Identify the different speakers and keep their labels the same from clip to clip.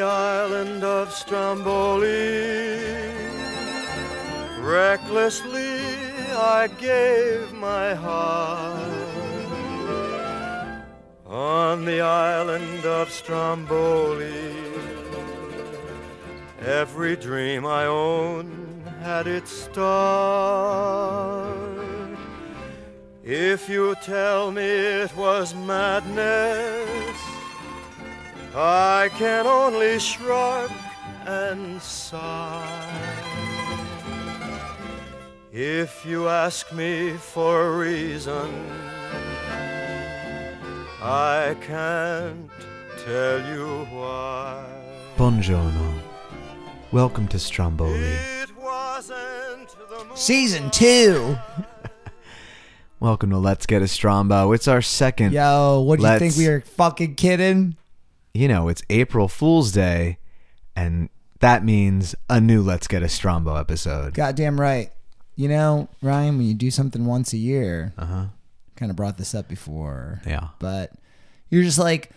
Speaker 1: island of Stromboli. Recklessly I gave my heart on the island of Stromboli. Every dream I own had its start. If you tell me it was madness, I can only shrug and sigh. If you ask me for a reason, I can't tell you why.
Speaker 2: Buongiorno. Welcome to Stromboli.
Speaker 1: It wasn't the moon.
Speaker 3: Season two.
Speaker 2: Welcome to Let's Get a Strombo. It's our second.
Speaker 3: Yo, what do you think
Speaker 2: Let's-
Speaker 3: we were fucking kidding?
Speaker 2: You know, it's April Fool's Day, and that means a new Let's Get a Strombo episode.
Speaker 3: Goddamn right. You know, Ryan, when you do something once a year,
Speaker 2: Uh huh.
Speaker 3: kind of brought this up before.
Speaker 2: Yeah.
Speaker 3: But you're just like,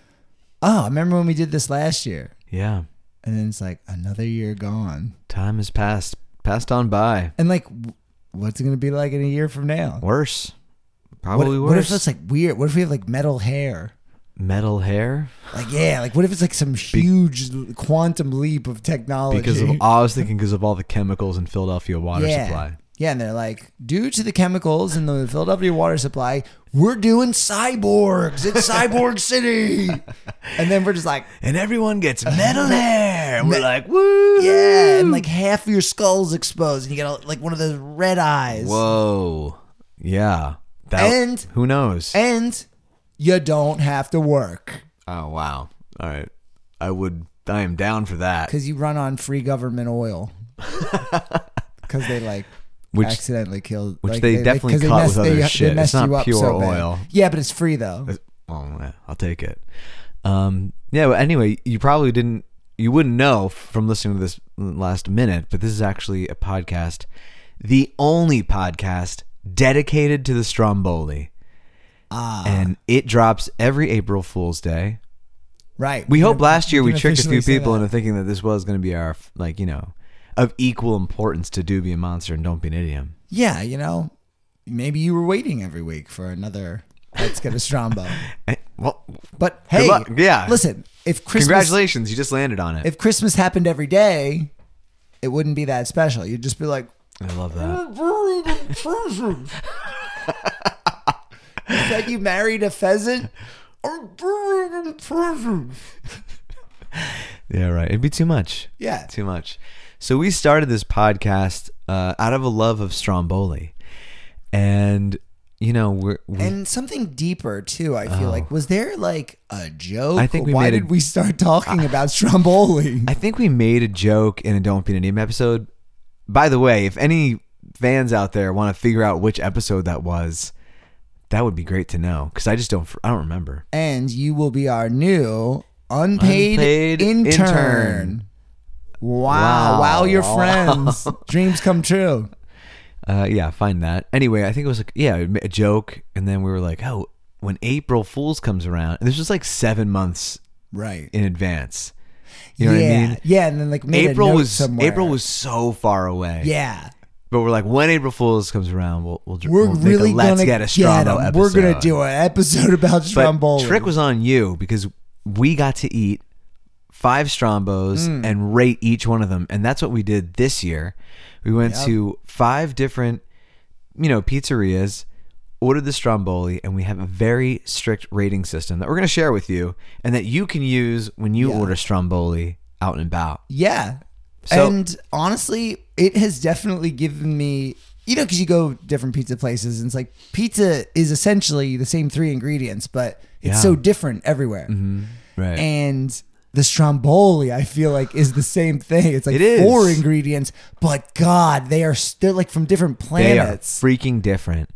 Speaker 3: oh, I remember when we did this last year.
Speaker 2: Yeah.
Speaker 3: And then it's like another year gone.
Speaker 2: Time has passed, passed on by.
Speaker 3: And like, w- what's it going to be like in a year from now?
Speaker 2: Worse.
Speaker 3: What,
Speaker 2: Probably worse.
Speaker 3: what if it's like weird? What if we have like metal hair?
Speaker 2: metal hair?
Speaker 3: Like, yeah, like what if it's like some huge l- quantum leap of technology?
Speaker 2: Because of, I was thinking because of all the chemicals in Philadelphia water
Speaker 3: yeah.
Speaker 2: supply.
Speaker 3: Yeah, and they're like, due to the chemicals in the Philadelphia water supply, we're doing cyborgs. It's Cyborg City. And then we're just like,
Speaker 2: And everyone gets metal hair. And we're like, woo!
Speaker 3: yeah, and like half of your skull's exposed, and you get like one of those red eyes.
Speaker 2: Whoa. Yeah. That,
Speaker 3: And-
Speaker 2: who knows?
Speaker 3: And you don't have to work
Speaker 2: Oh wow! All right, I would. I am down for that.
Speaker 3: because you run on free government oil. Because they like
Speaker 2: Which-
Speaker 3: accidentally killed.
Speaker 2: which
Speaker 3: like,
Speaker 2: they
Speaker 3: like,
Speaker 2: definitely
Speaker 3: 'cause they
Speaker 2: cut
Speaker 3: messed-
Speaker 2: with other
Speaker 3: they- they
Speaker 2: shit. It's
Speaker 3: messed
Speaker 2: not
Speaker 3: you up
Speaker 2: pure
Speaker 3: so bad.
Speaker 2: oil.
Speaker 3: Yeah, but it's free though.
Speaker 2: uh, Well, yeah, I'll take it. Um, yeah. But anyway, you probably didn't. You wouldn't know from listening to this last minute, but this is actually a podcast, the only podcast dedicated to the Stromboli,
Speaker 3: Ah,
Speaker 2: and it drops every April Fool's Day.
Speaker 3: right.
Speaker 2: We
Speaker 3: You
Speaker 2: hope
Speaker 3: can-
Speaker 2: last year
Speaker 3: you
Speaker 2: we
Speaker 3: can
Speaker 2: tricked a few
Speaker 3: officially say
Speaker 2: people
Speaker 3: that.
Speaker 2: into thinking that this was going to be our like you know, of equal importance to Do Be a Monster and Don't Be an Idiom.
Speaker 3: Yeah, you know, maybe you were waiting every week for another Let's Get a Strombo.
Speaker 2: Eh, Well,
Speaker 3: But hey,
Speaker 2: luck. Yeah.
Speaker 3: listen, if Christmas
Speaker 2: Congratulations, you just landed on it.
Speaker 3: if Christmas happened every day, it wouldn't be that special. You'd just be like,
Speaker 2: I love that.
Speaker 3: "Said you married a pheasant."
Speaker 2: Yeah, right. It'd be too much.
Speaker 3: Yeah.
Speaker 2: Too much. So we started this podcast uh, out of a love of Stromboli. And you know, we're we,
Speaker 3: And something deeper too. I feel like was there like a joke?
Speaker 2: Oh. I think we
Speaker 3: Why
Speaker 2: made a-
Speaker 3: did we start talking about Stromboli?
Speaker 2: I think we made a joke in a Don't Be an Idiom episode. By the way, if any fans out there want to figure out which episode that was, that would be great to know cuz I just don't I don't remember.
Speaker 3: and you will be our new unpaid,
Speaker 2: Unpaid
Speaker 3: intern.
Speaker 2: intern. Wow.
Speaker 3: Wow. Wow, your
Speaker 2: Wow.
Speaker 3: friends. Dreams come true.
Speaker 2: Uh, yeah, find that. Anyway, I think it was like yeah, a joke, and then we were like, oh, when April Fools comes around, and this was like seven months
Speaker 3: Right.
Speaker 2: in advance. You know
Speaker 3: yeah.
Speaker 2: what I mean?
Speaker 3: Yeah, and then like made a
Speaker 2: April
Speaker 3: note
Speaker 2: was
Speaker 3: somewhere.
Speaker 2: April was so far away.
Speaker 3: Yeah.
Speaker 2: but we're like, when April Fools comes around, we'll we'll,
Speaker 3: We're
Speaker 2: we'll
Speaker 3: really
Speaker 2: make a let's
Speaker 3: gonna
Speaker 2: get a Strombo
Speaker 3: 'em.
Speaker 2: episode.
Speaker 3: We're gonna do an episode about
Speaker 2: But
Speaker 3: Stromboli.
Speaker 2: trick was on you because we got to eat five Strombos and rate each one of them, and that's what we did this year. We went to five different, you know, pizzerias, ordered the Stromboli, and we have a very strict rating system that we're going to share with you, and that you can use when you order Stromboli out and about.
Speaker 3: Yeah.
Speaker 2: So-
Speaker 3: and honestly, it has definitely given me, you know, because you go different pizza places and it's like pizza is essentially the same three ingredients, but it's
Speaker 2: Yeah. Mm-hmm.
Speaker 3: so different everywhere.
Speaker 2: Right.
Speaker 3: And the stromboli, I feel like, is the same thing. It's like
Speaker 2: It is.
Speaker 3: four ingredients, but God, they are still like from different
Speaker 2: they
Speaker 3: planets.
Speaker 2: are freaking different.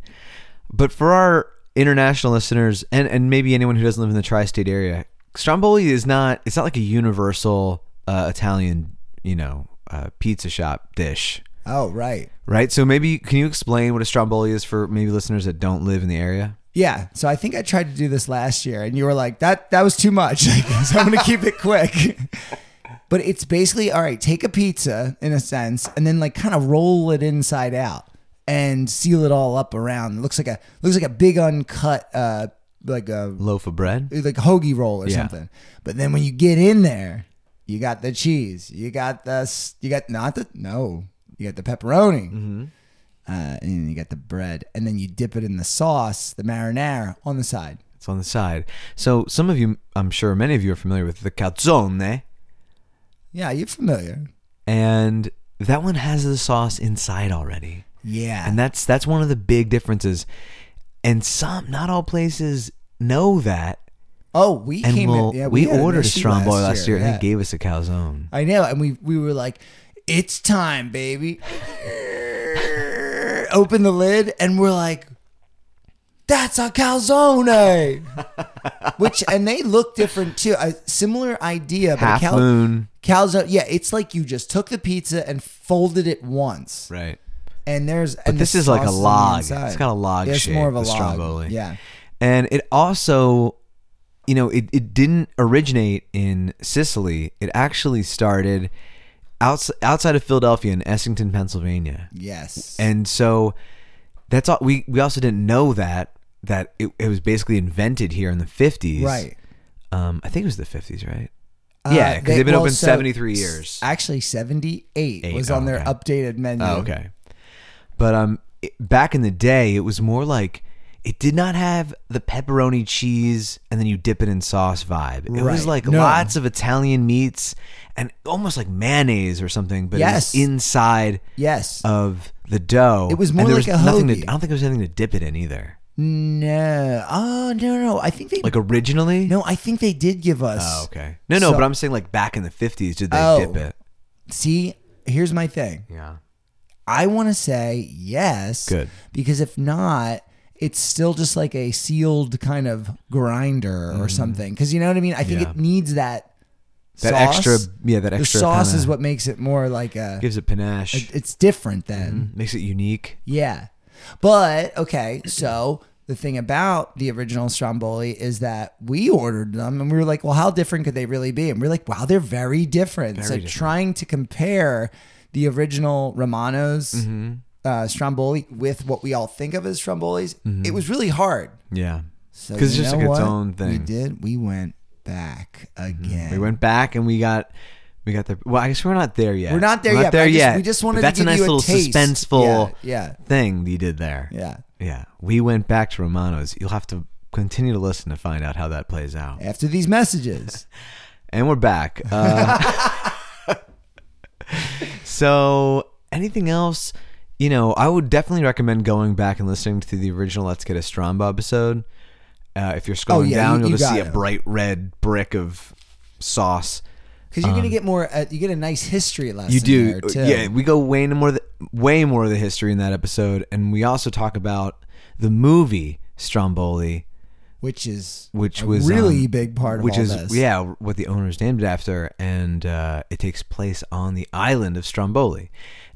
Speaker 2: But for our international listeners and, and maybe anyone who doesn't live in the tri-state area, Stromboli is not it's not like a universal uh, Italian, you know, uh, pizza shop dish,
Speaker 3: Oh, right.
Speaker 2: right? So maybe can you explain what a Stromboli is for maybe listeners that don't live in the area?
Speaker 3: Yeah. So I think I tried to do this last year and you were like, that that was too much. so I'm gonna keep it quick. But it's basically all right, take a pizza in a sense and then like kind of roll it inside out and seal it all up around. It looks like a looks like a big uncut uh like a
Speaker 2: Loaf of bread.
Speaker 3: like a hoagie roll or
Speaker 2: Yeah.
Speaker 3: something. But then when you get in there, you got the cheese, you got the s- you got not the no, you got the pepperoni,
Speaker 2: Mm-hmm.
Speaker 3: uh, and you got the bread, and then you dip it in the sauce, the marinara on the side.
Speaker 2: It's on the side. So some of you, I'm sure many of you are familiar with the calzone,
Speaker 3: Yeah, you're familiar.
Speaker 2: and that one has the sauce inside already.
Speaker 3: Yeah,
Speaker 2: And that's that's one of the big differences. And some, not all places know that.
Speaker 3: Oh, we
Speaker 2: And
Speaker 3: came
Speaker 2: we'll,
Speaker 3: in. Yeah,
Speaker 2: we,
Speaker 3: had an
Speaker 2: ordered a
Speaker 3: issue
Speaker 2: Stromboy last, year,
Speaker 3: yeah.
Speaker 2: and they gave us a calzone.
Speaker 3: I know, and we we were like, "It's time, baby." Open the lid, and we're like, "That's a calzone," which and they look different too. A similar idea, but
Speaker 2: Half
Speaker 3: a cal-
Speaker 2: moon.
Speaker 3: calzone. Yeah, it's like you just took the pizza and folded it once,
Speaker 2: Right.
Speaker 3: and there's. But
Speaker 2: this is like a log. It's got a log
Speaker 3: It's
Speaker 2: shape,
Speaker 3: more of a
Speaker 2: the
Speaker 3: log.
Speaker 2: stromboli.
Speaker 3: Yeah.
Speaker 2: And it also, you know, it, it didn't originate in Sicily. It actually started outs- outside of Philadelphia in Essington, Pennsylvania.
Speaker 3: Yes.
Speaker 2: And so that's all we, we also didn't know that that it, it was basically invented here in the 50s.
Speaker 3: right.
Speaker 2: Um, I think it was the 50s, right?
Speaker 3: Uh,
Speaker 2: yeah, because
Speaker 3: they-
Speaker 2: they've been
Speaker 3: well,
Speaker 2: open
Speaker 3: so
Speaker 2: 73
Speaker 3: s-
Speaker 2: years.
Speaker 3: Actually, 78
Speaker 2: Eight,
Speaker 3: was
Speaker 2: oh,
Speaker 3: on their
Speaker 2: okay.
Speaker 3: updated menu.
Speaker 2: Oh, okay. But um, it, back in the day, it was more like it did not have the pepperoni cheese and then you dip it in sauce vibe. It
Speaker 3: Right.
Speaker 2: was like
Speaker 3: No.
Speaker 2: lots of Italian meats and almost like mayonnaise or something, but
Speaker 3: Yes.
Speaker 2: it was inside
Speaker 3: Yes.
Speaker 2: of the dough.
Speaker 3: It was
Speaker 2: And
Speaker 3: more
Speaker 2: there
Speaker 3: like a
Speaker 2: nothing to-
Speaker 3: hoagie.
Speaker 2: I don't think there was anything to dip it in either.
Speaker 3: no. Oh, no, no. I think they.
Speaker 2: Like originally.
Speaker 3: no, I think they did give us.
Speaker 2: Oh, okay. No, no.
Speaker 3: So-
Speaker 2: but I'm saying like back in the 50s, did they
Speaker 3: Oh.
Speaker 2: dip it?
Speaker 3: See, here's my thing.
Speaker 2: Yeah.
Speaker 3: I want to say yes.
Speaker 2: Good.
Speaker 3: Because if not, it's still just like a sealed kind of grinder or something. Because you know what I mean? I think
Speaker 2: Mm-hmm. Yeah.
Speaker 3: it needs that.
Speaker 2: That
Speaker 3: sauce.
Speaker 2: extra, yeah, that extra
Speaker 3: the sauce
Speaker 2: kinda
Speaker 3: is what makes it more like a.
Speaker 2: gives it panache,
Speaker 3: It's different then.
Speaker 2: makes it unique.
Speaker 3: Yeah. But okay, so the thing about the original Stromboli is that we ordered them and we were like, well, how different could they really be? And we are like, wow, they're very different. so
Speaker 2: different.
Speaker 3: trying to compare the original Romano's
Speaker 2: Mm-hmm.
Speaker 3: uh, Stromboli with what we all think of as Strombolis, it was really hard.
Speaker 2: Yeah.
Speaker 3: So
Speaker 2: Mm-hmm. 'Cause it's
Speaker 3: you
Speaker 2: just
Speaker 3: know
Speaker 2: like its
Speaker 3: what
Speaker 2: own
Speaker 3: We
Speaker 2: thing. Mm-hmm.
Speaker 3: did. We went back again.
Speaker 2: We went back and we got we got the well. I guess we're not there yet.
Speaker 3: We're not there yet, but I just- we just
Speaker 2: But
Speaker 3: wanted to
Speaker 2: that's
Speaker 3: give
Speaker 2: a nice
Speaker 3: you a
Speaker 2: little
Speaker 3: taste.
Speaker 2: suspenseful
Speaker 3: Yeah, yeah.
Speaker 2: thing you did there.
Speaker 3: Yeah.
Speaker 2: yeah. We went back to Romano's. You'll have to continue to listen to find out how that plays out.
Speaker 3: After these messages.
Speaker 2: And we're back. Uh, so anything else? You know, I would definitely recommend going back and listening to the original "Let's Get a Strombo" episode. Uh, if you're scrolling
Speaker 3: Oh, yeah, you-
Speaker 2: down, you'll
Speaker 3: you
Speaker 2: just see
Speaker 3: got
Speaker 2: a
Speaker 3: it.
Speaker 2: bright red brick of sauce.
Speaker 3: Because you're gonna get more, uh, you get a nice history lesson.
Speaker 2: Um, You do, uh,
Speaker 3: there, too.
Speaker 2: yeah. We go way into more, the, way more of the history in that episode, and we also talk about the movie Stromboli,
Speaker 3: which is
Speaker 2: which
Speaker 3: a
Speaker 2: was
Speaker 3: really
Speaker 2: um,
Speaker 3: big part of
Speaker 2: which
Speaker 3: all
Speaker 2: is
Speaker 3: this.
Speaker 2: yeah, what the owner's named it after, and uh, it takes place on the island of Stromboli.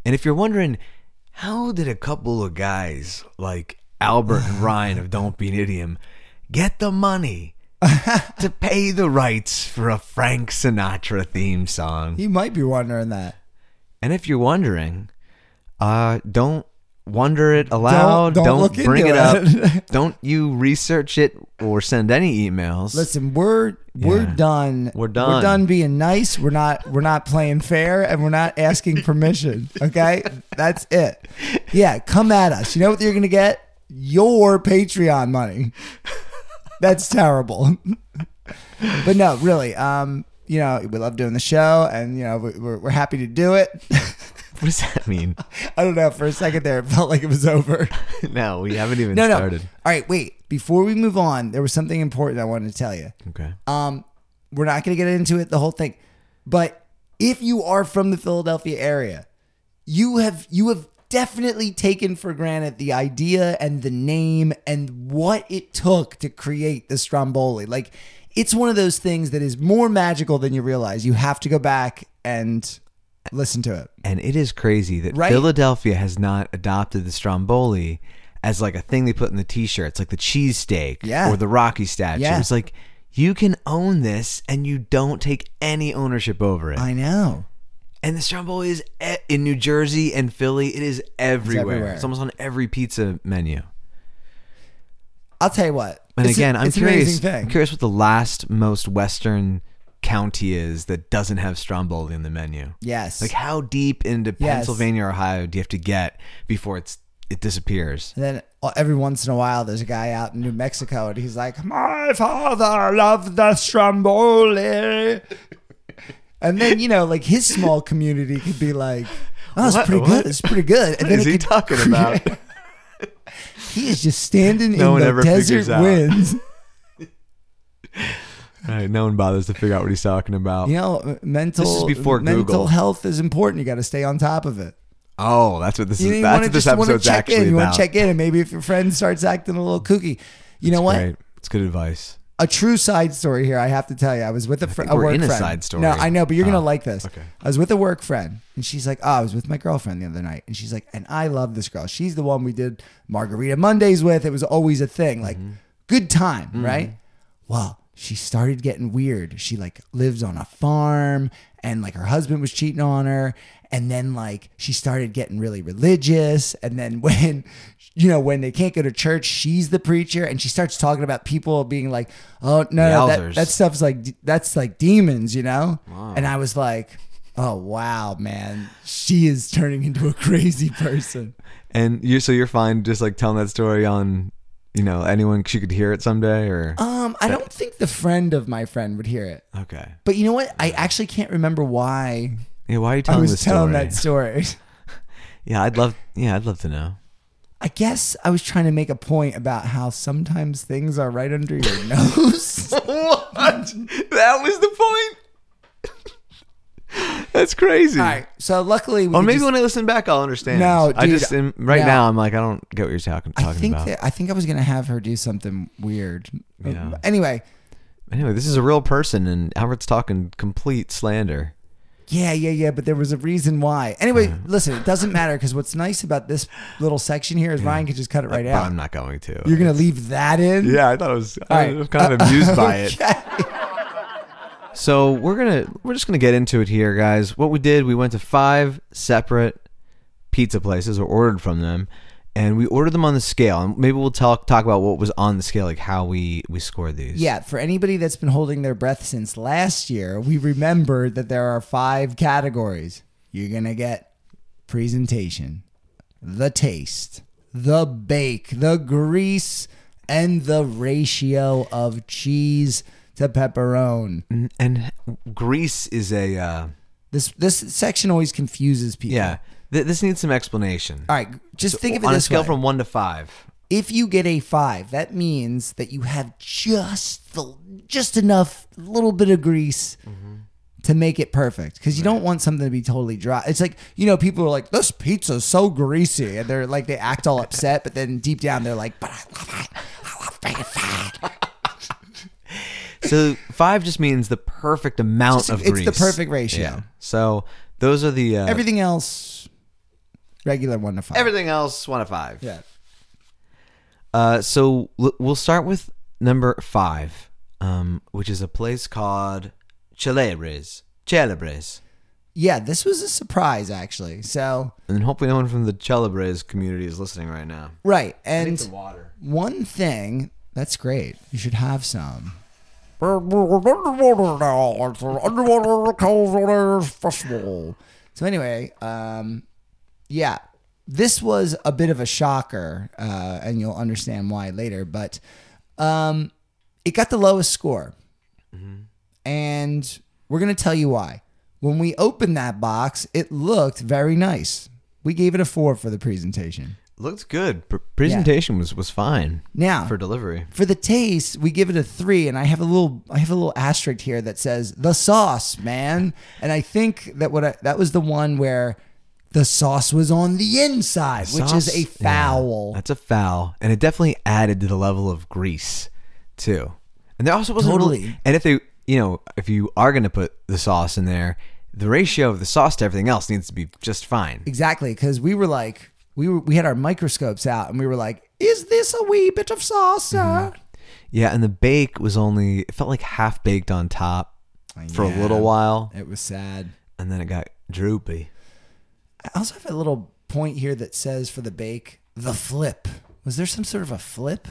Speaker 2: And if you're wondering, how did a couple of guys like Albert and Ryan of Don't Be an Idiom get the money? to pay the rights for a Frank Sinatra theme song.
Speaker 3: You might be wondering that.
Speaker 2: And if you're wondering, uh, don't wonder it aloud.
Speaker 3: don't
Speaker 2: Don't,
Speaker 3: look into
Speaker 2: bring it,
Speaker 3: it.
Speaker 2: up. don't you research it or send any emails.
Speaker 3: Listen, we're we're
Speaker 2: Yeah.
Speaker 3: done.
Speaker 2: We're done.
Speaker 3: We're done being nice. We're not we're not playing fair and we're not asking permission. Okay? That's it. Yeah, come at us. You know what you're gonna get? Your Patreon money. That's terrible. but no, really, um, you know, we love doing the show and you know, we- we're, we're happy to do it.
Speaker 2: what does that mean?
Speaker 3: I don't know, for a second there it felt like it was over.
Speaker 2: no, we haven't even
Speaker 3: no, no.
Speaker 2: started.
Speaker 3: All right, wait. Before we move on, there was something important I wanted to tell you.
Speaker 2: Okay.
Speaker 3: Um, we're not going to get into it the whole thing, but if you are from the Philadelphia area, you have you have definitely taken for granted the idea and the name and what it took to create the Stromboli. Like, it's one of those things that is more magical than you realize. You have to go back and listen to it.
Speaker 2: And it is crazy that
Speaker 3: Right?
Speaker 2: Philadelphia has not adopted the Stromboli as like a thing they put in the t-shirts, like the cheesesteak
Speaker 3: Yeah.
Speaker 2: or the Rocky statue.
Speaker 3: Yeah.
Speaker 2: It's like you can own this and you don't take any ownership over it.
Speaker 3: I know.
Speaker 2: and the Stromboli is e- in New Jersey and Philly. It is everywhere. It's,
Speaker 3: everywhere.
Speaker 2: almost on every pizza menu.
Speaker 3: I'll tell you what.
Speaker 2: And
Speaker 3: It's a-
Speaker 2: again, i I'm
Speaker 3: it's an amazing
Speaker 2: curious.
Speaker 3: thing.
Speaker 2: I'm curious what the last most western county is that doesn't have Stromboli in the menu.
Speaker 3: Yes.
Speaker 2: Like how deep into
Speaker 3: Yes.
Speaker 2: Pennsylvania or Ohio do you have to get before it's it disappears?
Speaker 3: And then uh, every once in a while, there's a guy out in New Mexico, and he's like, "My father loved the Stromboli," and then you know, like his small community could be like, "Oh, it's
Speaker 2: What-
Speaker 3: pretty
Speaker 2: what-
Speaker 3: good. It's pretty good." And
Speaker 2: What
Speaker 3: then
Speaker 2: is
Speaker 3: it
Speaker 2: he
Speaker 3: could-
Speaker 2: talking about?
Speaker 3: he is just standing
Speaker 2: No one
Speaker 3: in the
Speaker 2: ever figures
Speaker 3: desert
Speaker 2: out.
Speaker 3: winds.
Speaker 2: Right, no one bothers to figure out what he's talking about.
Speaker 3: You know, uh, mental
Speaker 2: This is before
Speaker 3: mental
Speaker 2: Google.
Speaker 3: health is important. You got to stay on top of it.
Speaker 2: Oh, that's what this
Speaker 3: You,
Speaker 2: is.
Speaker 3: you
Speaker 2: That's
Speaker 3: want to
Speaker 2: what this
Speaker 3: just want to
Speaker 2: episode's
Speaker 3: check
Speaker 2: actually
Speaker 3: in. You want
Speaker 2: about.
Speaker 3: to check in, and maybe if your friend starts acting a little kooky, you know what?
Speaker 2: Great. It's good advice.
Speaker 3: a true side story here. I have to tell you, I was with a, fr-
Speaker 2: think
Speaker 3: a
Speaker 2: we're
Speaker 3: work
Speaker 2: in a
Speaker 3: friend.
Speaker 2: side story.
Speaker 3: No, I know, but you're
Speaker 2: Oh,
Speaker 3: gonna like this.
Speaker 2: okay.
Speaker 3: I was with a work friend, and she's like, "Oh, I was with my girlfriend the other night," and she's like, "And I love this girl. She's the one we did margarita Mondays with. It was always a thing, like good time, right?" Well, she started getting weird. She like lives on a farm, and like her husband was cheating on her, and then like she started getting really religious, and then when you know, when they can't go to church, she's the preacher, and she starts talking about people being like, "Oh no, that,
Speaker 2: Yowzers.
Speaker 3: that stuff's like d- that's like demons," you know. And I was like, "Oh wow, man, she is turning into a crazy person."
Speaker 2: And you, so you're fine just like telling that story on, you know, anyone she could hear it someday or.
Speaker 3: Um, I don't think the friend of my friend would hear it,
Speaker 2: Uh, okay.
Speaker 3: but you know what? I actually can't remember why
Speaker 2: Yeah, why are you
Speaker 3: I
Speaker 2: telling
Speaker 3: was
Speaker 2: this story?
Speaker 3: telling that story.
Speaker 2: yeah, I'd love. Yeah, I'd love to know.
Speaker 3: I guess I was trying to make a point about how sometimes things are right under your nose.
Speaker 2: what? That was the point. That's crazy.
Speaker 3: All right, so luckily, we
Speaker 2: Or
Speaker 3: could
Speaker 2: maybe
Speaker 3: just-
Speaker 2: when I listen back, I'll understand.
Speaker 3: No,
Speaker 2: I
Speaker 3: dude,
Speaker 2: just am, right
Speaker 3: no.
Speaker 2: now I'm like I don't get what you're talking talking
Speaker 3: I think
Speaker 2: about.
Speaker 3: that I think I was gonna have her do something weird.
Speaker 2: Yeah.
Speaker 3: Anyway,
Speaker 2: anyway, this is a real person, and Albert's talking complete slander.
Speaker 3: yeah, yeah, yeah. But there was a reason why. Anyway, listen, it doesn't matter because what's nice about this little section here is Ryan could just cut it right
Speaker 2: But
Speaker 3: out.
Speaker 2: I'm not going to.
Speaker 3: You're gonna leave that in.
Speaker 2: yeah, I thought it was.
Speaker 3: All
Speaker 2: I
Speaker 3: right.
Speaker 2: was kind of amused by it.
Speaker 3: Okay.
Speaker 2: So we're gonna we're just gonna get into it here, guys. What we did, we went to five separate pizza places or ordered from them, and we ordered them on the scale. And maybe we'll talk talk about what was on the scale, like how we we scored these.
Speaker 3: Yeah, for anybody that's been holding their breath since last year, we remember that there are five categories. You're going to get presentation, the taste, the bake, the grease, and the ratio of cheese to pepperoni.
Speaker 2: and, and Greece is a uh,
Speaker 3: This this section always confuses people.
Speaker 2: yeah. Th- this needs some explanation.
Speaker 3: All right, just think of it
Speaker 2: on a
Speaker 3: this
Speaker 2: scale
Speaker 3: way.
Speaker 2: from one to five.
Speaker 3: if you get a five, that means that you have just the just enough little bit of grease
Speaker 2: Mm-hmm.
Speaker 3: to make it perfect. Because you don't want something to be totally dry. It's like you know, people are like, "This pizza's so greasy," and they're like, they act all upset, but then deep down they're like, "But I love it. I love bacon fat."
Speaker 2: So five just means the perfect amount
Speaker 3: Just-
Speaker 2: of
Speaker 3: it's
Speaker 2: grease.
Speaker 3: the perfect ratio.
Speaker 2: Yeah. So those are the uh,
Speaker 3: Everything else, regular one to five.
Speaker 2: everything else one to five.
Speaker 3: yeah.
Speaker 2: Uh, so l- we'll start with number five, um, which is a place called Celebres. Celebres.
Speaker 3: Yeah, this was a surprise actually. So,
Speaker 2: And hopefully, no one from the Celebres community is listening right now.
Speaker 3: right. And
Speaker 2: water.
Speaker 3: one thing that's great. You should have some.
Speaker 4: underwater now. It's an underwater cold festival.
Speaker 3: So anyway, um, yeah, this was a bit of a shocker, uh, and you'll understand why later. But um, it got the lowest score, and we're gonna tell you why. When we opened that box, it looked very nice. We gave it a four for the presentation.
Speaker 2: Looked good. Pr- presentation was, was fine
Speaker 3: Now
Speaker 2: for
Speaker 3: for,
Speaker 2: delivery.
Speaker 3: the taste, we give it a three, and I have a little I have a little asterisk here that says the sauce, man. And I think that what I, that was the one where the sauce was on the inside, which
Speaker 2: Sauce-
Speaker 3: is a
Speaker 2: yeah,
Speaker 3: foul.
Speaker 2: that's a foul, and it definitely added to the level of grease too. And there also wasn't
Speaker 3: Totally.
Speaker 2: really- and if they, you know, if you are going to put the sauce in there, the ratio of the sauce to everything else needs to be just fine.
Speaker 3: Exactly, because we were like, we were, we had our microscopes out, and we were like, "Is this a wee bit of sauce?" sir?"
Speaker 2: Yeah, and the bake was only it felt like half baked on top Mm-hmm. for a little while,
Speaker 3: It was sad.
Speaker 2: and then it got droopy.
Speaker 3: I also have a little point here that says for the bake, the flip. Was there some sort of a flip?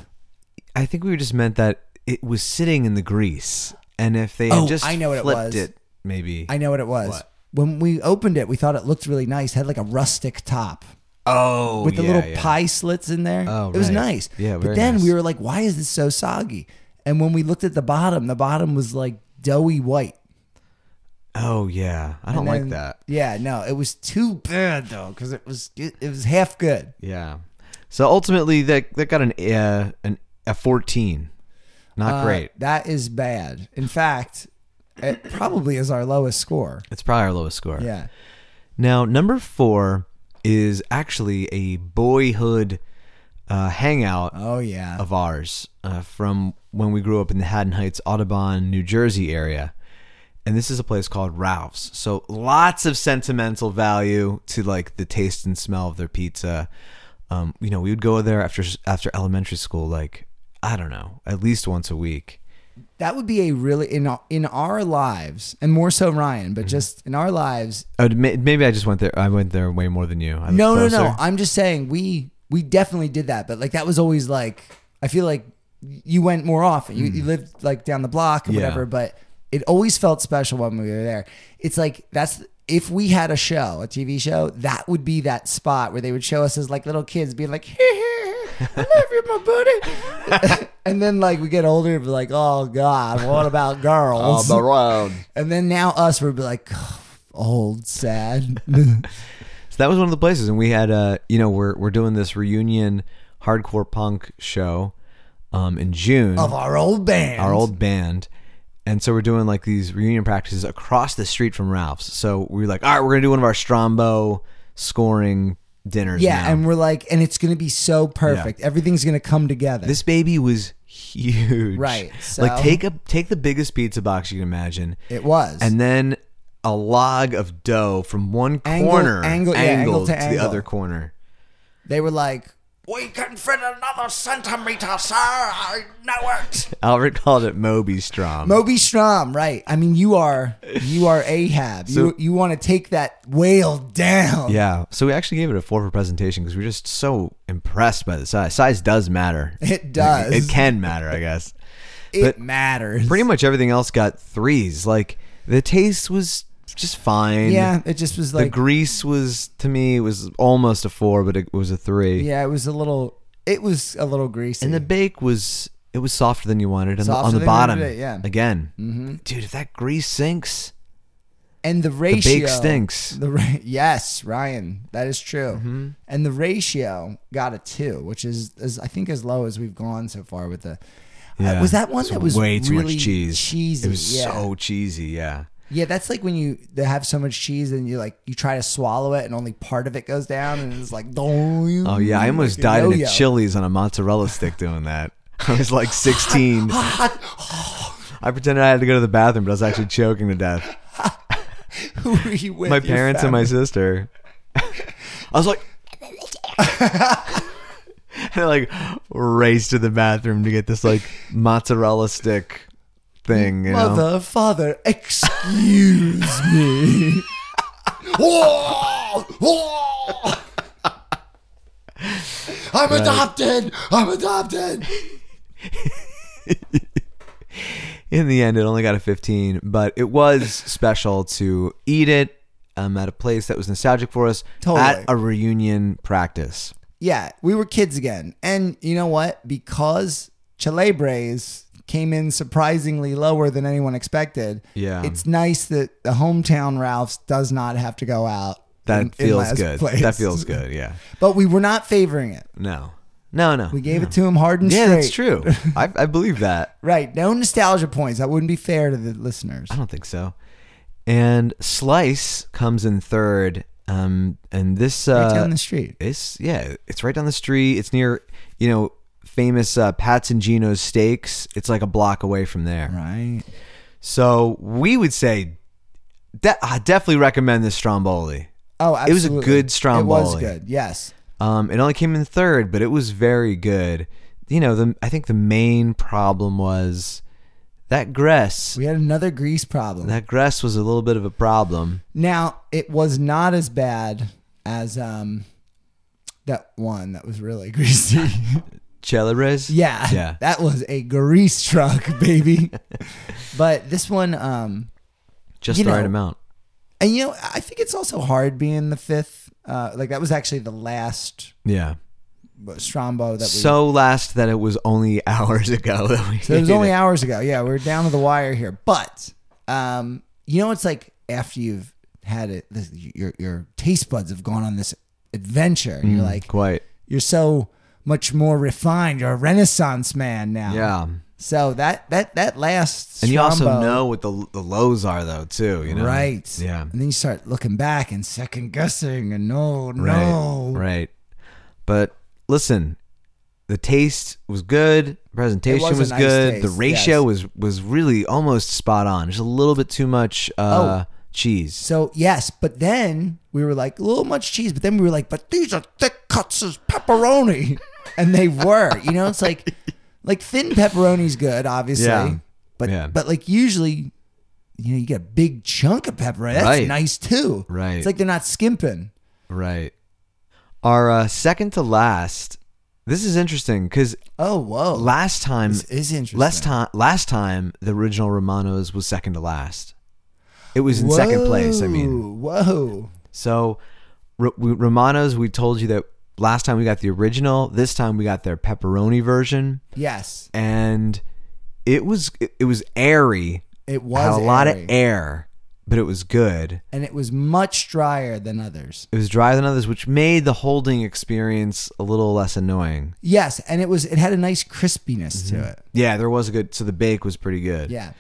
Speaker 2: I think we just meant that it was sitting in the grease, and if they had
Speaker 3: Oh,
Speaker 2: just
Speaker 3: I know what it
Speaker 2: flipped
Speaker 3: was.
Speaker 2: it, maybe.
Speaker 3: I know what it was. When we opened it, we thought it looked really nice. Had like a rustic top
Speaker 2: oh,
Speaker 3: with the
Speaker 2: yeah,
Speaker 3: little
Speaker 2: yeah.
Speaker 3: pie slits in there.
Speaker 2: Oh,
Speaker 3: it was
Speaker 2: right.
Speaker 3: nice.
Speaker 2: Yeah,
Speaker 3: but
Speaker 2: very
Speaker 3: then
Speaker 2: nice.
Speaker 3: we were like, why is this so soggy? And when we looked at the bottom, the bottom was like doughy white.
Speaker 2: Oh yeah, I don't
Speaker 3: And
Speaker 2: like
Speaker 3: then-
Speaker 2: that.
Speaker 3: Yeah, no, it was too bad though because it was it, it was half good.
Speaker 2: Yeah. So ultimately, that that got an uh, an a fourteen, not
Speaker 3: Uh,
Speaker 2: great.
Speaker 3: That is bad. In fact, it probably is our lowest score.
Speaker 2: It's probably our lowest score.
Speaker 3: Yeah.
Speaker 2: Now, number four is actually a boyhood uh, hangout
Speaker 3: Oh yeah.
Speaker 2: of ours uh, from when we grew up in the Haddon Heights, Audubon, New Jersey area. And this is a place called Ralph's. So lots of sentimental value to like the taste and smell of their pizza. Um, you know, we would go there after after elementary school, like I don't know, at least once a week.
Speaker 3: That would be a really in our, in our lives, and more so Ryan,
Speaker 2: Mm-hmm.
Speaker 3: but just in our lives.
Speaker 2: I would, may- maybe I just went there. I went there way more than you. I was
Speaker 3: No, no, no.
Speaker 2: closer.
Speaker 3: I'm just saying we we definitely did that, but like that was always like I feel like you went more often. You, you lived like down the block or
Speaker 2: Hmm. Yeah.
Speaker 3: whatever, but it always felt special when we were there. It's like that's if we had a show, a TV show, that would be that spot where they would show us as like little kids being like, I love you, my buddy. and then like we get older and be like, oh God, what about girls?
Speaker 2: Oh,
Speaker 3: And then now us would be like, "Oh, old sad.
Speaker 2: So that was one of the places, and we had uh, you know, we're we're doing this reunion hardcore punk show um in June.
Speaker 3: of our old band.
Speaker 2: our old band. And so we're doing like these reunion practices across the street from Ralph's. So we were like, all right, we're gonna do one of our Strombo scoring dinners.
Speaker 3: Yeah,
Speaker 2: now."
Speaker 3: and we're like, and it's gonna be so perfect. Everything's gonna come together.
Speaker 2: this baby was huge.
Speaker 3: Right,
Speaker 2: like
Speaker 3: so-
Speaker 2: take a take the biggest pizza box you can imagine,
Speaker 3: it was.
Speaker 2: and then a log of dough from one
Speaker 3: Angle-
Speaker 2: corner
Speaker 3: angle- yeah, angle
Speaker 2: angled
Speaker 3: to
Speaker 2: the
Speaker 3: angle.
Speaker 2: other corner.
Speaker 3: they were like,
Speaker 4: We can fit another centimeter, sir. I know it.
Speaker 2: Albert called it Moby Strom.
Speaker 3: Moby Strom, right? I mean, you are you are Ahab. you
Speaker 2: So-
Speaker 3: you want to take that whale down.
Speaker 2: yeah, so we actually gave it a four for presentation because we were just so impressed by the size. Size does matter.
Speaker 3: It does.
Speaker 2: It can matter, I guess.
Speaker 3: It
Speaker 2: but-
Speaker 3: matters.
Speaker 2: pretty much everything else got threes. Like the taste was just fine.
Speaker 3: yeah, it just was
Speaker 2: The
Speaker 3: like
Speaker 2: grease was to me it was almost a four, but it was a three.
Speaker 3: yeah, it was a little it was a little greasy.
Speaker 2: And the bake was it was softer than you wanted on the,
Speaker 3: Softer
Speaker 2: on the
Speaker 3: than you
Speaker 2: bottom.
Speaker 3: wanted it, yeah. Mm-hmm.
Speaker 2: Again, dude, if that grease sinks,
Speaker 3: and the ratio
Speaker 2: stinks. Mm-hmm.
Speaker 3: The ra- yes, Ryan, that is true. And the ratio got a two, which is, is I think as low as we've gone so far with the. Uh,
Speaker 2: Yeah.
Speaker 3: was that one
Speaker 2: It's
Speaker 3: that was
Speaker 2: way too
Speaker 3: really
Speaker 2: much cheese?
Speaker 3: Cheesy,
Speaker 2: It was
Speaker 3: yeah.
Speaker 2: so cheesy. Yeah.
Speaker 3: yeah. That's like when you they have so much cheese and you like you try to swallow it and only part of it goes down and it's like
Speaker 2: Oh yeah, I almost died in
Speaker 3: yo-yo.
Speaker 2: a Chili's on a mozzarella stick doing that. I was like 16. I pretended I had to go to the bathroom, but I was actually choking to death.
Speaker 3: Who were you with?
Speaker 2: my
Speaker 3: Your
Speaker 2: parents and my
Speaker 3: family?
Speaker 2: sister. I was like, and I like raced to the bathroom to get this like mozzarella stick thing. You know?
Speaker 3: mother, father. Excuse me.
Speaker 4: Whoa! Whoa! I'm adopted. I'm adopted.
Speaker 2: In the end, it only got a 15, but it was special to eat it. Um, at a place that was nostalgic for us
Speaker 3: Totally.
Speaker 2: at a reunion practice.
Speaker 3: yeah, we were kids again. And you know what? Because Chalebres came in surprisingly lower than anyone expected.
Speaker 2: Yeah.
Speaker 3: It's nice that the hometown Ralph's does not have to go out.
Speaker 2: That
Speaker 3: in- in
Speaker 2: feels
Speaker 3: last
Speaker 2: good.
Speaker 3: place.
Speaker 2: That feels good. Yeah.
Speaker 3: But we were not favoring it.
Speaker 2: No. No. No.
Speaker 3: We gave it to him hard and
Speaker 2: yeah,
Speaker 3: straight.
Speaker 2: that's true. I, I believe that.
Speaker 3: Right. No nostalgia points. That wouldn't be fair to the listeners.
Speaker 2: I don't think so. And Slice comes in third. Um, and this uh,
Speaker 3: Right down the street.
Speaker 2: it's yeah, it's right down the street. It's near you know famous uh, Pat's and Gino's Steaks. It's like a block away from there.
Speaker 3: Right.
Speaker 2: So we would say, de- I definitely recommend this Stromboli.
Speaker 3: Oh,
Speaker 2: It was a
Speaker 3: absolutely.
Speaker 2: good
Speaker 3: It was
Speaker 2: Stromboli.
Speaker 3: good. Yes.
Speaker 2: Um, it only came in third, but it was very good. you know, the I think the main problem was that Gress.
Speaker 3: We had another grease problem.
Speaker 2: that Gress was a little bit of a problem.
Speaker 3: Now it was not as bad as um that one that was really greasy.
Speaker 2: Celebres?
Speaker 3: yeah,
Speaker 2: Yeah.
Speaker 3: that was a grease truck, baby. but this one, um,
Speaker 2: Just
Speaker 3: you
Speaker 2: the right
Speaker 3: know,
Speaker 2: amount.
Speaker 3: and you know, I think it's also hard being the fifth. Uh, like that was actually the last
Speaker 2: Yeah.
Speaker 3: Strombo that we.
Speaker 2: So last that it was only hours ago that we
Speaker 3: So it was
Speaker 2: did
Speaker 3: only hours ago. Yeah, we're down to the wire here. But um, you know, it's like after you've had it, this, your your taste buds have gone on this adventure. and you're
Speaker 2: Mm,
Speaker 3: like,
Speaker 2: quite.
Speaker 3: you're so much more refined. You're a Renaissance man now.
Speaker 2: Yeah.
Speaker 3: So that that that lasts.
Speaker 2: And you also
Speaker 3: Strombo,
Speaker 2: know what the the lows are though too, you know.
Speaker 3: right?
Speaker 2: Yeah.
Speaker 3: And then you start looking back and second guessing, and no,
Speaker 2: Right.
Speaker 3: no,
Speaker 2: Right. But listen, the taste was good. Presentation
Speaker 3: It was
Speaker 2: was,
Speaker 3: a nice
Speaker 2: good. the
Speaker 3: taste,
Speaker 2: ratio
Speaker 3: yes.
Speaker 2: was was really almost spot on. There's a little bit too much uh, cheese.
Speaker 3: Oh. So yes, but then we were like a little much cheese, but then we were like, but these are thick cuts as pepperoni, and they were. You know, it's like like thin pepperoni's good, obviously,
Speaker 2: Yeah.
Speaker 3: but
Speaker 2: Yeah.
Speaker 3: but like usually, you know, you get a big chunk of pepperoni. That's
Speaker 2: Right.
Speaker 3: nice too.
Speaker 2: Right.
Speaker 3: It's like they're not skimping.
Speaker 2: Right. Our uh, second to last. This is interesting because
Speaker 3: Oh whoa,
Speaker 2: last time,
Speaker 3: this is interesting.
Speaker 2: last time, last time, the original Romanos was second to last. It was in second place. I mean,
Speaker 3: whoa,
Speaker 2: So, R- we, Romano's, we told you that last time we got the original. This time we got their pepperoni version,
Speaker 3: yes,
Speaker 2: and it was it, it was airy.
Speaker 3: it was
Speaker 2: had a lot of
Speaker 3: airy.
Speaker 2: air, but it was good.
Speaker 3: and it was much drier than others.
Speaker 2: It was drier than others, which made the holding experience a little less annoying.
Speaker 3: Yes, and it was it had a nice crispiness
Speaker 2: Mm-hmm.
Speaker 3: to it.
Speaker 2: Yeah, there was a good. So the bake was pretty good.
Speaker 3: Yeah.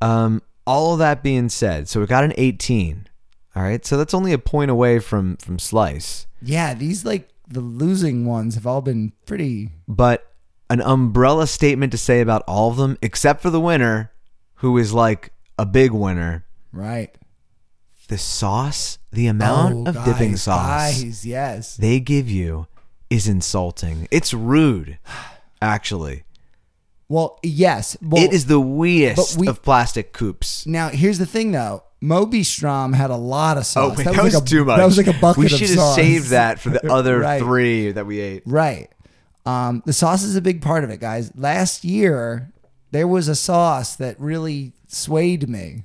Speaker 2: Um, all of that being said, so we got an 18. All right, so that's only a point away from from slice.
Speaker 3: Yeah, these like the losing ones have all been pretty.
Speaker 2: but an umbrella statement to say about all of them, except for the winner, who is like a big winner.
Speaker 3: Right.
Speaker 2: The sauce, the amount of dipping
Speaker 3: Oh, guys,
Speaker 2: sauce
Speaker 3: Guys, yes.
Speaker 2: they give you is insulting. It's rude, actually.
Speaker 3: Well, yes. Well,
Speaker 2: it is the weest
Speaker 3: but we-
Speaker 2: of plastic coops.
Speaker 3: Now, here's the thing though. Moby Strom had a lot of
Speaker 2: Oh,
Speaker 3: sauce.
Speaker 2: wait, that, was,
Speaker 3: like a,
Speaker 2: too much.
Speaker 3: That was like a bucket
Speaker 2: We
Speaker 3: of
Speaker 2: should have
Speaker 3: sauce.
Speaker 2: saved that for the other
Speaker 3: Right.
Speaker 2: three that we ate.
Speaker 3: Right. Um, the sauce is a big part of it, guys. Last year, there was a sauce that really swayed me,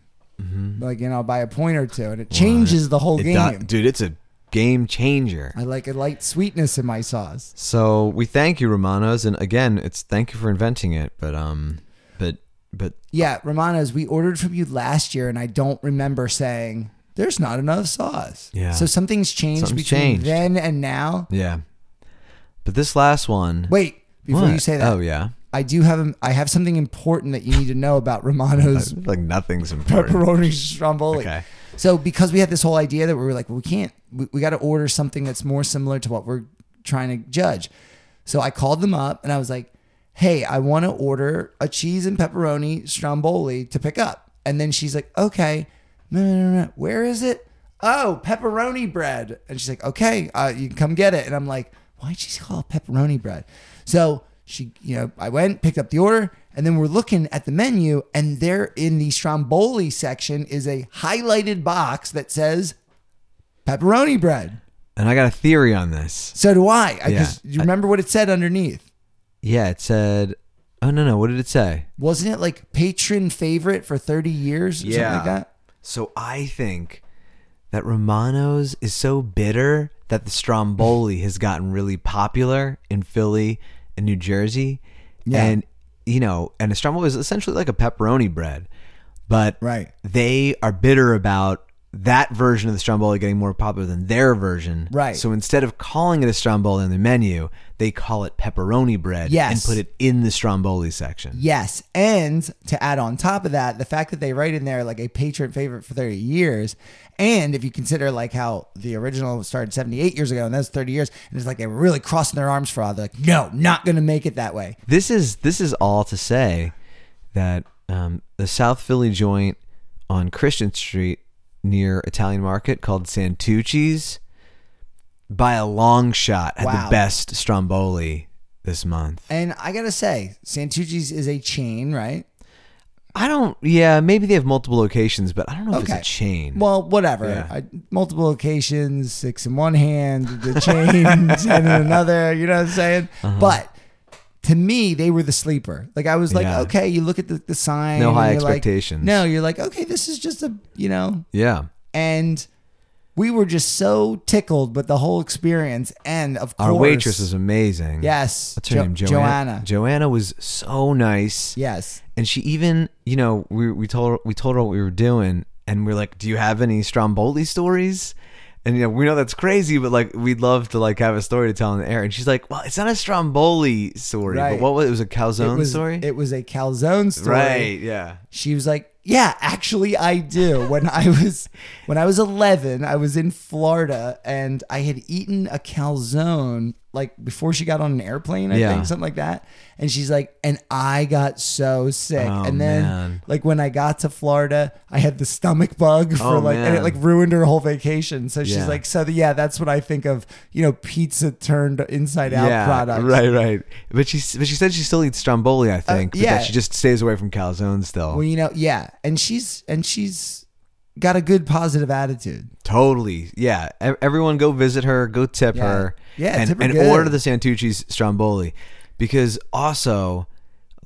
Speaker 3: like you know, by a point or two, and it changes the whole
Speaker 2: Mm-hmm. It
Speaker 3: game.
Speaker 2: do- dude, it's a game changer.
Speaker 3: I like a light sweetness in my sauce.
Speaker 2: So we thank you, Romanos, and again, it's thank you for inventing it. But um, but but
Speaker 3: Yeah, Romanos, we ordered from you last year, and I don't remember saying there's not enough sauce.
Speaker 2: Yeah.
Speaker 3: So something's changed
Speaker 2: Something's
Speaker 3: between
Speaker 2: changed.
Speaker 3: then and now.
Speaker 2: yeah, but this last one.
Speaker 3: Wait, before
Speaker 2: What?
Speaker 3: you say that,
Speaker 2: oh yeah,
Speaker 3: I do have I have something important that you need to know about Romanos
Speaker 2: like nothing's important.
Speaker 3: pepperoni stromboli.
Speaker 2: Okay.
Speaker 3: So because we had this whole idea that we were like, well, we can't, we, we got to order something that's more similar to what we're trying to judge. So I called them up and I was like, hey, I want to order a cheese and pepperoni stromboli to pick up. And then she's like, okay, no, no, no, no. where is it? Oh, pepperoni bread. And she's like, okay, uh, you can come get it. And I'm like, why'd she call it pepperoni bread? So she, you know, I went, picked up the order, and then we're looking at the menu, and there in the Stromboli section is a highlighted box that says pepperoni bread.
Speaker 2: And I got a theory on this.
Speaker 3: So do I. I
Speaker 2: Yeah.
Speaker 3: just you remember what it said underneath.
Speaker 2: Yeah, it said. Oh no no, what did it say?
Speaker 3: Wasn't it like patron favorite for 30 years or something like that?
Speaker 2: So I think that Romanos is so bitter that the Stromboli has gotten really popular in Philly and New Jersey.
Speaker 3: Yeah.
Speaker 2: And you know, and a Stromboli is essentially like a pepperoni bread. But
Speaker 3: Right.
Speaker 2: they are bitter about that version of the Stromboli getting more popular than their version.
Speaker 3: Right.
Speaker 2: So instead of calling it a Stromboli on the menu, they call it pepperoni bread
Speaker 3: Yes.
Speaker 2: and put it in the Stromboli section.
Speaker 3: Yes. And to add on top of that, the fact that they write in there like a patron favorite for 30 years. And if you consider like how the original started 78 years ago and that's 30 years, and it's like they were really crossing their arms for all. They're like, no, not going to make it that way.
Speaker 2: this is this is all to say that um, the South Philly joint on Christian Street near Italian Market called Santucci's by a long shot had
Speaker 3: Wow.
Speaker 2: the best Stromboli this month.
Speaker 3: And I gotta say, Santucci's is a chain, right?
Speaker 2: I don't. Yeah, maybe they have multiple locations, but I don't know if
Speaker 3: Okay.
Speaker 2: it's a chain.
Speaker 3: Well, whatever.
Speaker 2: Yeah.
Speaker 3: I, multiple locations, six in one hand, the chain ten in another. You know what I'm saying?
Speaker 2: Uh-huh.
Speaker 3: But to me, they were the sleeper. Like I was like,
Speaker 2: Yeah.
Speaker 3: okay, you look at the, the sign.
Speaker 2: No
Speaker 3: and
Speaker 2: high
Speaker 3: you're like-
Speaker 2: expectations.
Speaker 3: no, you're like, okay, this is just a you know,
Speaker 2: yeah.
Speaker 3: and we were just so tickled with the whole experience. And of course,
Speaker 2: Our waitress is amazing.
Speaker 3: yes,
Speaker 2: What's her
Speaker 3: Jo-
Speaker 2: name?
Speaker 3: Joanna.
Speaker 2: Joanna. Joanna was so nice.
Speaker 3: yes,
Speaker 2: And she even, you know, we, we told her, we told her what we were doing, and we're like, "Do you have any Stromboli stories?" And you know, we know that's crazy, but like, we'd love to like have a story to tell on the air. And she's like, "Well, it's not a Stromboli story,
Speaker 3: Right.
Speaker 2: but what was it? Was a calzone
Speaker 3: it was
Speaker 2: story?"
Speaker 3: it was a calzone story.
Speaker 2: right? Yeah.
Speaker 3: she was like yeah actually i do when i was when i was 11 i was in florida and i had eaten a calzone like before she got on an airplane i
Speaker 2: Yeah.
Speaker 3: think something like that and she's like and i got so sick
Speaker 2: Oh,
Speaker 3: and then
Speaker 2: man.
Speaker 3: like when i got to florida i had the stomach bug for
Speaker 2: Oh,
Speaker 3: like and it
Speaker 2: man.
Speaker 3: like ruined her whole vacation so she's
Speaker 2: Yeah.
Speaker 3: like so yeah that's what i think of you know pizza turned inside out products
Speaker 2: Right, right. But she but she said she still eats Stromboli, I think. but
Speaker 3: Uh, yeah.
Speaker 2: that she just stays away from calzones still.
Speaker 3: well you know yeah and she's and she's got a good positive attitude
Speaker 2: totally. Yeah. E- Everyone go visit her, go tip
Speaker 3: Yeah.
Speaker 2: her.
Speaker 3: Yeah,
Speaker 2: And,
Speaker 3: tip her
Speaker 2: and
Speaker 3: good.
Speaker 2: order the Santucci's Stromboli. Because also,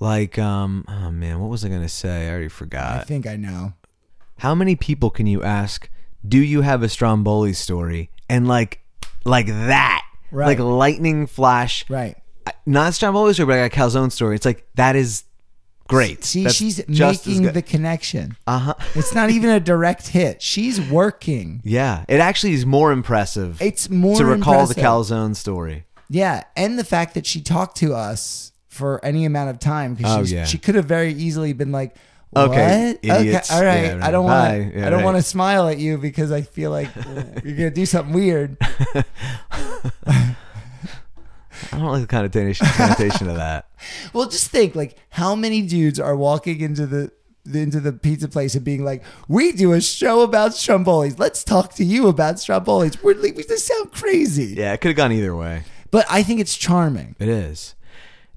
Speaker 2: like, um, oh man, what was I gonna say? I already
Speaker 3: I
Speaker 2: forgot.
Speaker 3: think I know.
Speaker 2: How many people can you ask, do you have a Stromboli story? And like like that.
Speaker 3: Right.
Speaker 2: Like lightning flash.
Speaker 3: Right.
Speaker 2: I- Not Stromboli story, but like a calzone story. It's like that is great.
Speaker 3: See,
Speaker 2: That's
Speaker 3: she's
Speaker 2: just as
Speaker 3: making
Speaker 2: good.
Speaker 3: the connection.
Speaker 2: Uh-huh.
Speaker 3: It's not even a direct hit. She's working.
Speaker 2: Yeah, it actually is more impressive.
Speaker 3: It's more
Speaker 2: to recall the
Speaker 3: impressive.
Speaker 2: calzone story.
Speaker 3: Yeah, and the fact that she talked to us for any amount of time because
Speaker 2: Oh,
Speaker 3: she's
Speaker 2: yeah.
Speaker 3: she could have very easily been like, "What?
Speaker 2: Okay, idiots.
Speaker 3: Okay, all right.
Speaker 2: Yeah, right.
Speaker 3: I don't
Speaker 2: Bye.
Speaker 3: want to.
Speaker 2: Yeah,
Speaker 3: I don't
Speaker 2: right.
Speaker 3: want to smile at you because I feel like you're gonna do something weird."
Speaker 2: I don't like the connotation connotation of that.
Speaker 3: Well, just think like how many dudes are walking into the into the pizza place and being like, "We do a show about Strombolis. Let's talk to you about Strombolis. We're like, we just sound crazy."
Speaker 2: Yeah, it could have gone either way.
Speaker 3: But I think it's charming.
Speaker 2: It is.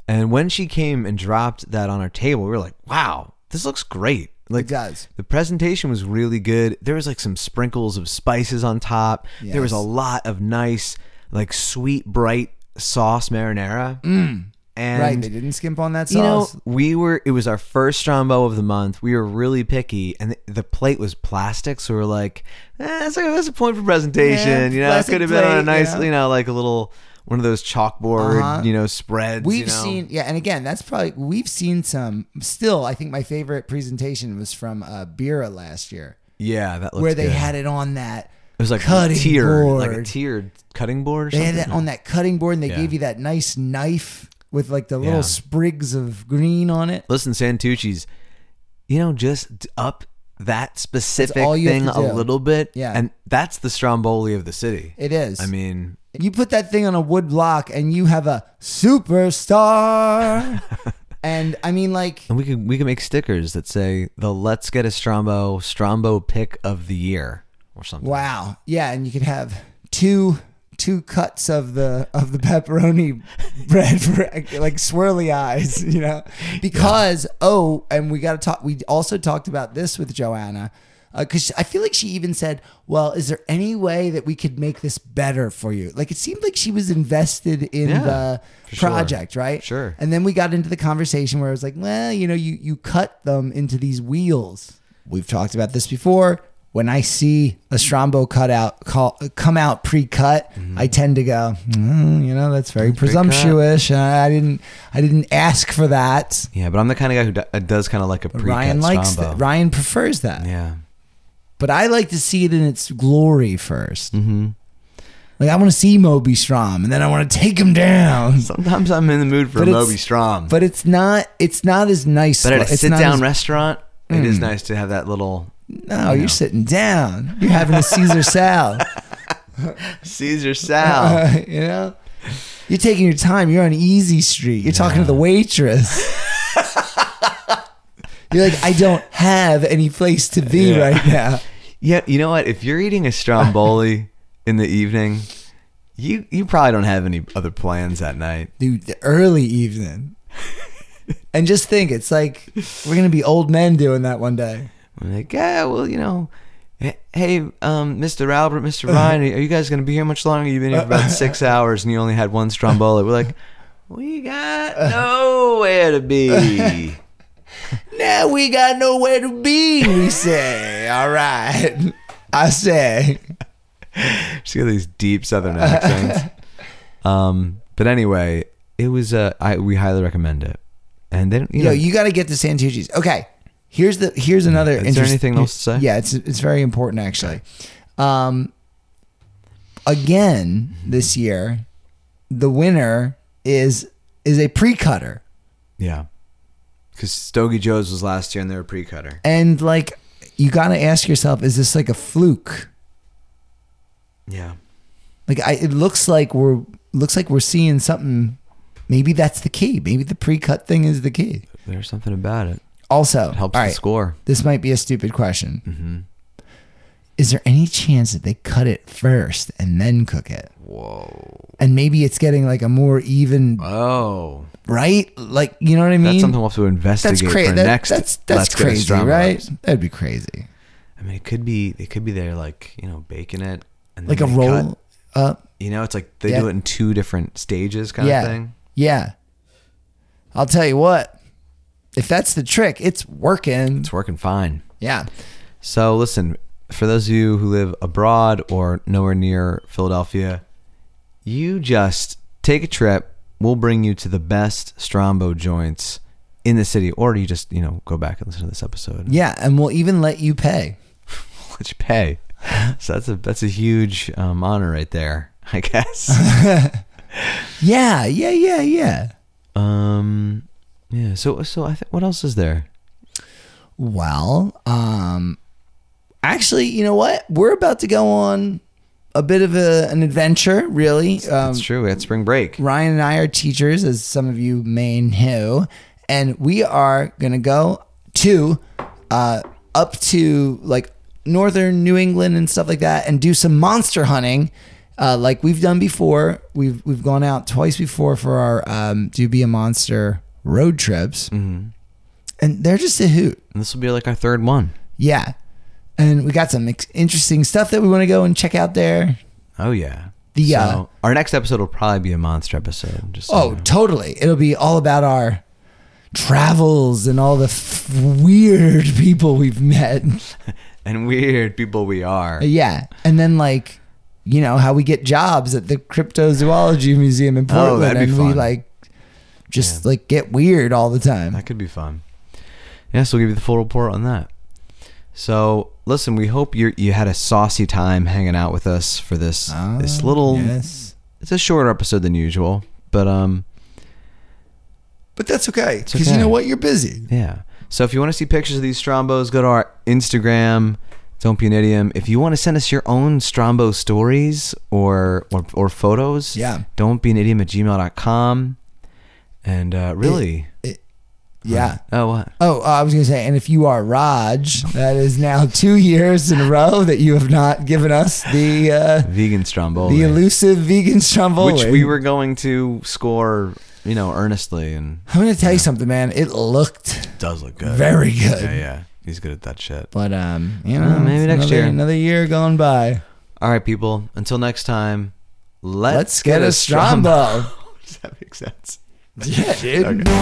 Speaker 2: And when she came and dropped that on our table, we were like, "Wow, this looks great." Like
Speaker 3: It does.
Speaker 2: The presentation was really good. There was like some sprinkles of spices on top. There was a
Speaker 3: Yes.
Speaker 2: lot of nice, like sweet, bright sauce marinara. And
Speaker 3: Mm. right. They didn't skimp on that
Speaker 2: you know,
Speaker 3: sauce.
Speaker 2: we were. It was our first Strombo of the month. We were really picky, and the, the plate was plastic, so we were like, eh, "That's a, that's a point for presentation."
Speaker 3: Yeah,
Speaker 2: you know, it
Speaker 3: plastic
Speaker 2: could have been on a
Speaker 3: plate,
Speaker 2: nice,
Speaker 3: yeah.
Speaker 2: you know, like a little one of those chalkboard,
Speaker 3: Uh-huh.
Speaker 2: you know, spreads.
Speaker 3: we've
Speaker 2: you know?
Speaker 3: seen yeah, and again, that's probably we've seen some still, I think my favorite presentation was from uh Bira last year,
Speaker 2: yeah, that looked
Speaker 3: where they
Speaker 2: good.
Speaker 3: had it on that
Speaker 2: it was like
Speaker 3: cutting
Speaker 2: a tier,
Speaker 3: board.
Speaker 2: like a tiered cutting board. Or
Speaker 3: they
Speaker 2: something.
Speaker 3: had that on that cutting board and they
Speaker 2: Yeah.
Speaker 3: gave you that nice knife with like the little
Speaker 2: Yeah.
Speaker 3: sprigs of green on it.
Speaker 2: Listen, Santucci's, you know, just d- up that specific
Speaker 3: all you have
Speaker 2: thing
Speaker 3: to
Speaker 2: a
Speaker 3: do.
Speaker 2: little bit,
Speaker 3: Yeah.
Speaker 2: and that's the Stromboli of the city.
Speaker 3: It is.
Speaker 2: I mean,
Speaker 3: you put that thing on a wood block and you have a superstar. and I mean like
Speaker 2: And we can we can make stickers that say the "Let's Get a Strombo Strombo Pick of the Year" or something.
Speaker 3: Wow. Yeah, and you could have two two cuts of the of the pepperoni bread for like swirly eyes, you know. Because oh, and we got to talk we also talked about this with Joanna. Because I feel like she even said, "Well, is there any way that we could make this better for you?" Like it seemed like she was invested in
Speaker 2: Yeah,
Speaker 3: the
Speaker 2: for sure.
Speaker 3: project, right?
Speaker 2: Sure.
Speaker 3: And then we got into the conversation where I was like, "Well, you know, you you cut them into these wheels." We've talked about this before. When I see a Strombo cutout call, come out pre-cut,
Speaker 2: Mm-hmm.
Speaker 3: I tend to go, mm, you know, that's very presumptuous. and I didn't, I didn't ask for that.
Speaker 2: Yeah, but I'm the kind of guy who do, uh, does kind of like a pre
Speaker 3: Ryan likes
Speaker 2: Strombo.
Speaker 3: that. Ryan prefers that,
Speaker 2: Yeah,
Speaker 3: but I like to see it in its glory 1st Mm-hmm. Like I want to see Moby Strom, and then I want to take him down.
Speaker 2: sometimes I'm in the mood for
Speaker 3: But
Speaker 2: a
Speaker 3: it's-
Speaker 2: Moby Strom. But,
Speaker 3: But it's not, it's not as nice.
Speaker 2: at a
Speaker 3: it's
Speaker 2: sit
Speaker 3: not
Speaker 2: down
Speaker 3: as Hmm.
Speaker 2: restaurant, it is nice to have that little
Speaker 3: No, you're sitting down. You're having a Caesar salad.
Speaker 2: Caesar salad.
Speaker 3: you know, you're taking your time. You're on Easy Street. You're talking to the waitress. you're like, I don't have any place to be
Speaker 2: Yeah.
Speaker 3: right now.
Speaker 2: yeah, you know what? If you're eating a Stromboli in the evening, You you probably don't have any other plans that night.
Speaker 3: dude, the early evening. and just think, it's like we're gonna be old men doing that one day.
Speaker 2: I'm like, yeah, well, you know, h- hey, um, Mr. Albert, Mr. Ryan, are you guys gonna be here much longer? You've been here for about six hours, and you only had one stromboli. We're like, we got nowhere to be.
Speaker 3: Now we got nowhere to be. We say, all right. I say,
Speaker 2: She's got these deep Southern accents. um, but anyway, it was. Uh, I we highly recommend it. And then you
Speaker 3: yo,
Speaker 2: know,
Speaker 3: you got to get to Santucci's. Okay, here's the here's another.
Speaker 2: Is there anything else to say?
Speaker 3: Yeah, it's it's very important actually. Um, again this year, the winner is is a pre cutter.
Speaker 2: yeah, because Stogie Joe's was last year, and they were pre-cutter.
Speaker 3: And like, you got to ask yourself, is this like a fluke?
Speaker 2: Yeah,
Speaker 3: Like, I it looks like we're looks like we're seeing something. Maybe that's the key. Maybe the pre-cut thing is the key.
Speaker 2: there's something about it.
Speaker 3: Also,
Speaker 2: It helps
Speaker 3: all
Speaker 2: the
Speaker 3: right,
Speaker 2: score.
Speaker 3: This might be a stupid question.
Speaker 2: Mm-hmm.
Speaker 3: Is there any chance that they cut it first and then cook it?
Speaker 2: Whoa.
Speaker 3: And maybe it's getting like a more even,
Speaker 2: Oh.
Speaker 3: right? Like, you know what I mean?
Speaker 2: That's something we'll have to investigate
Speaker 3: that's crazy.
Speaker 2: for next.
Speaker 3: that's
Speaker 2: Let's
Speaker 3: that's
Speaker 2: Get a
Speaker 3: crazy,
Speaker 2: Strum
Speaker 3: right?
Speaker 2: Ups.
Speaker 3: That'd be crazy.
Speaker 2: I mean, it could be. It could be there, like you know, baking it and then
Speaker 3: Like a
Speaker 2: they
Speaker 3: roll
Speaker 2: cut.
Speaker 3: up.
Speaker 2: You know, it's like they
Speaker 3: Yeah.
Speaker 2: do it in two different stages, kind
Speaker 3: yeah.
Speaker 2: of thing.
Speaker 3: Yeah. I'll tell you what. If that's the trick, it's working.
Speaker 2: It's working fine.
Speaker 3: yeah.
Speaker 2: So listen, for those of you who live abroad or nowhere near Philadelphia, you just take a trip. We'll bring you to the best Strombo joints in the city, or you just you know go back and listen to this episode.
Speaker 3: Yeah. And we'll even let you pay.
Speaker 2: let you pay. So that's a that's a huge um, honor right there, I guess.
Speaker 3: Yeah. Yeah. Yeah. Yeah.
Speaker 2: Um, yeah. So, so I think what else is there?
Speaker 3: Well, um, actually, you know what? We're about to go on a bit of a, an adventure, really. Um,
Speaker 2: It's true. We had spring break.
Speaker 3: Ryan and I are teachers, as some of you may know, and we are going to go to uh, up to like northern New England and stuff like that, and do some monster hunting. Uh, like we've done before, we've we've gone out twice before for our um, "Do Be a Monster" road trips, and they're just a hoot.
Speaker 2: And this will be like our third one.
Speaker 3: Yeah. And we got some ex- interesting stuff that we want to go and check out there.
Speaker 2: Oh yeah.
Speaker 3: The,
Speaker 2: So,
Speaker 3: uh,
Speaker 2: our next episode will probably be a monster episode. Just so
Speaker 3: Oh,
Speaker 2: you know.
Speaker 3: totally. It'll be all about our travels and all the f- weird people we've met. Uh,
Speaker 2: and weird people we are.
Speaker 3: yeah. And then, like, you know, how we get jobs at the Cryptozoology Museum in Portland.
Speaker 2: that'd be
Speaker 3: and we,
Speaker 2: fun.
Speaker 3: like, just, like, get weird all the time.
Speaker 2: That could be fun. Yeah, so we'll give you the full report on that. So listen, we hope you you had a saucy time hanging out with us for this this little.
Speaker 3: Ah, Yes.
Speaker 2: It's a shorter episode than usual, but um,
Speaker 3: But that's okay. Because
Speaker 2: okay.
Speaker 3: you know what? You're busy.
Speaker 2: Yeah. So if you want to see pictures of these strombos, go to our Instagram. Don't be an idiom. If you want to send us your own strombo stories or or, or photos,
Speaker 3: Yeah.
Speaker 2: don't be an idiom at gmail.com. And uh, really,
Speaker 3: Yeah.
Speaker 2: oh, what?
Speaker 3: Oh, uh, I was going to say, and if you are Raj, that is now two years in a row that you have not given us the uh,
Speaker 2: Vegan stromboli.
Speaker 3: the elusive vegan stromboli.
Speaker 2: which we were going to score, you know, earnestly. And
Speaker 3: I'm going to tell you something, man. It looked
Speaker 2: does look good.
Speaker 3: very good,
Speaker 2: Yeah, yeah. He's good at that shit.
Speaker 3: but um, you
Speaker 2: Well,
Speaker 3: know,
Speaker 2: maybe
Speaker 3: it's
Speaker 2: next
Speaker 3: another-
Speaker 2: year.
Speaker 3: another year gone by.
Speaker 2: All right, people. Until next time, let's,
Speaker 3: Let's get a
Speaker 2: strombo.
Speaker 3: strombo.
Speaker 2: Does that make sense?
Speaker 3: yeah, dude.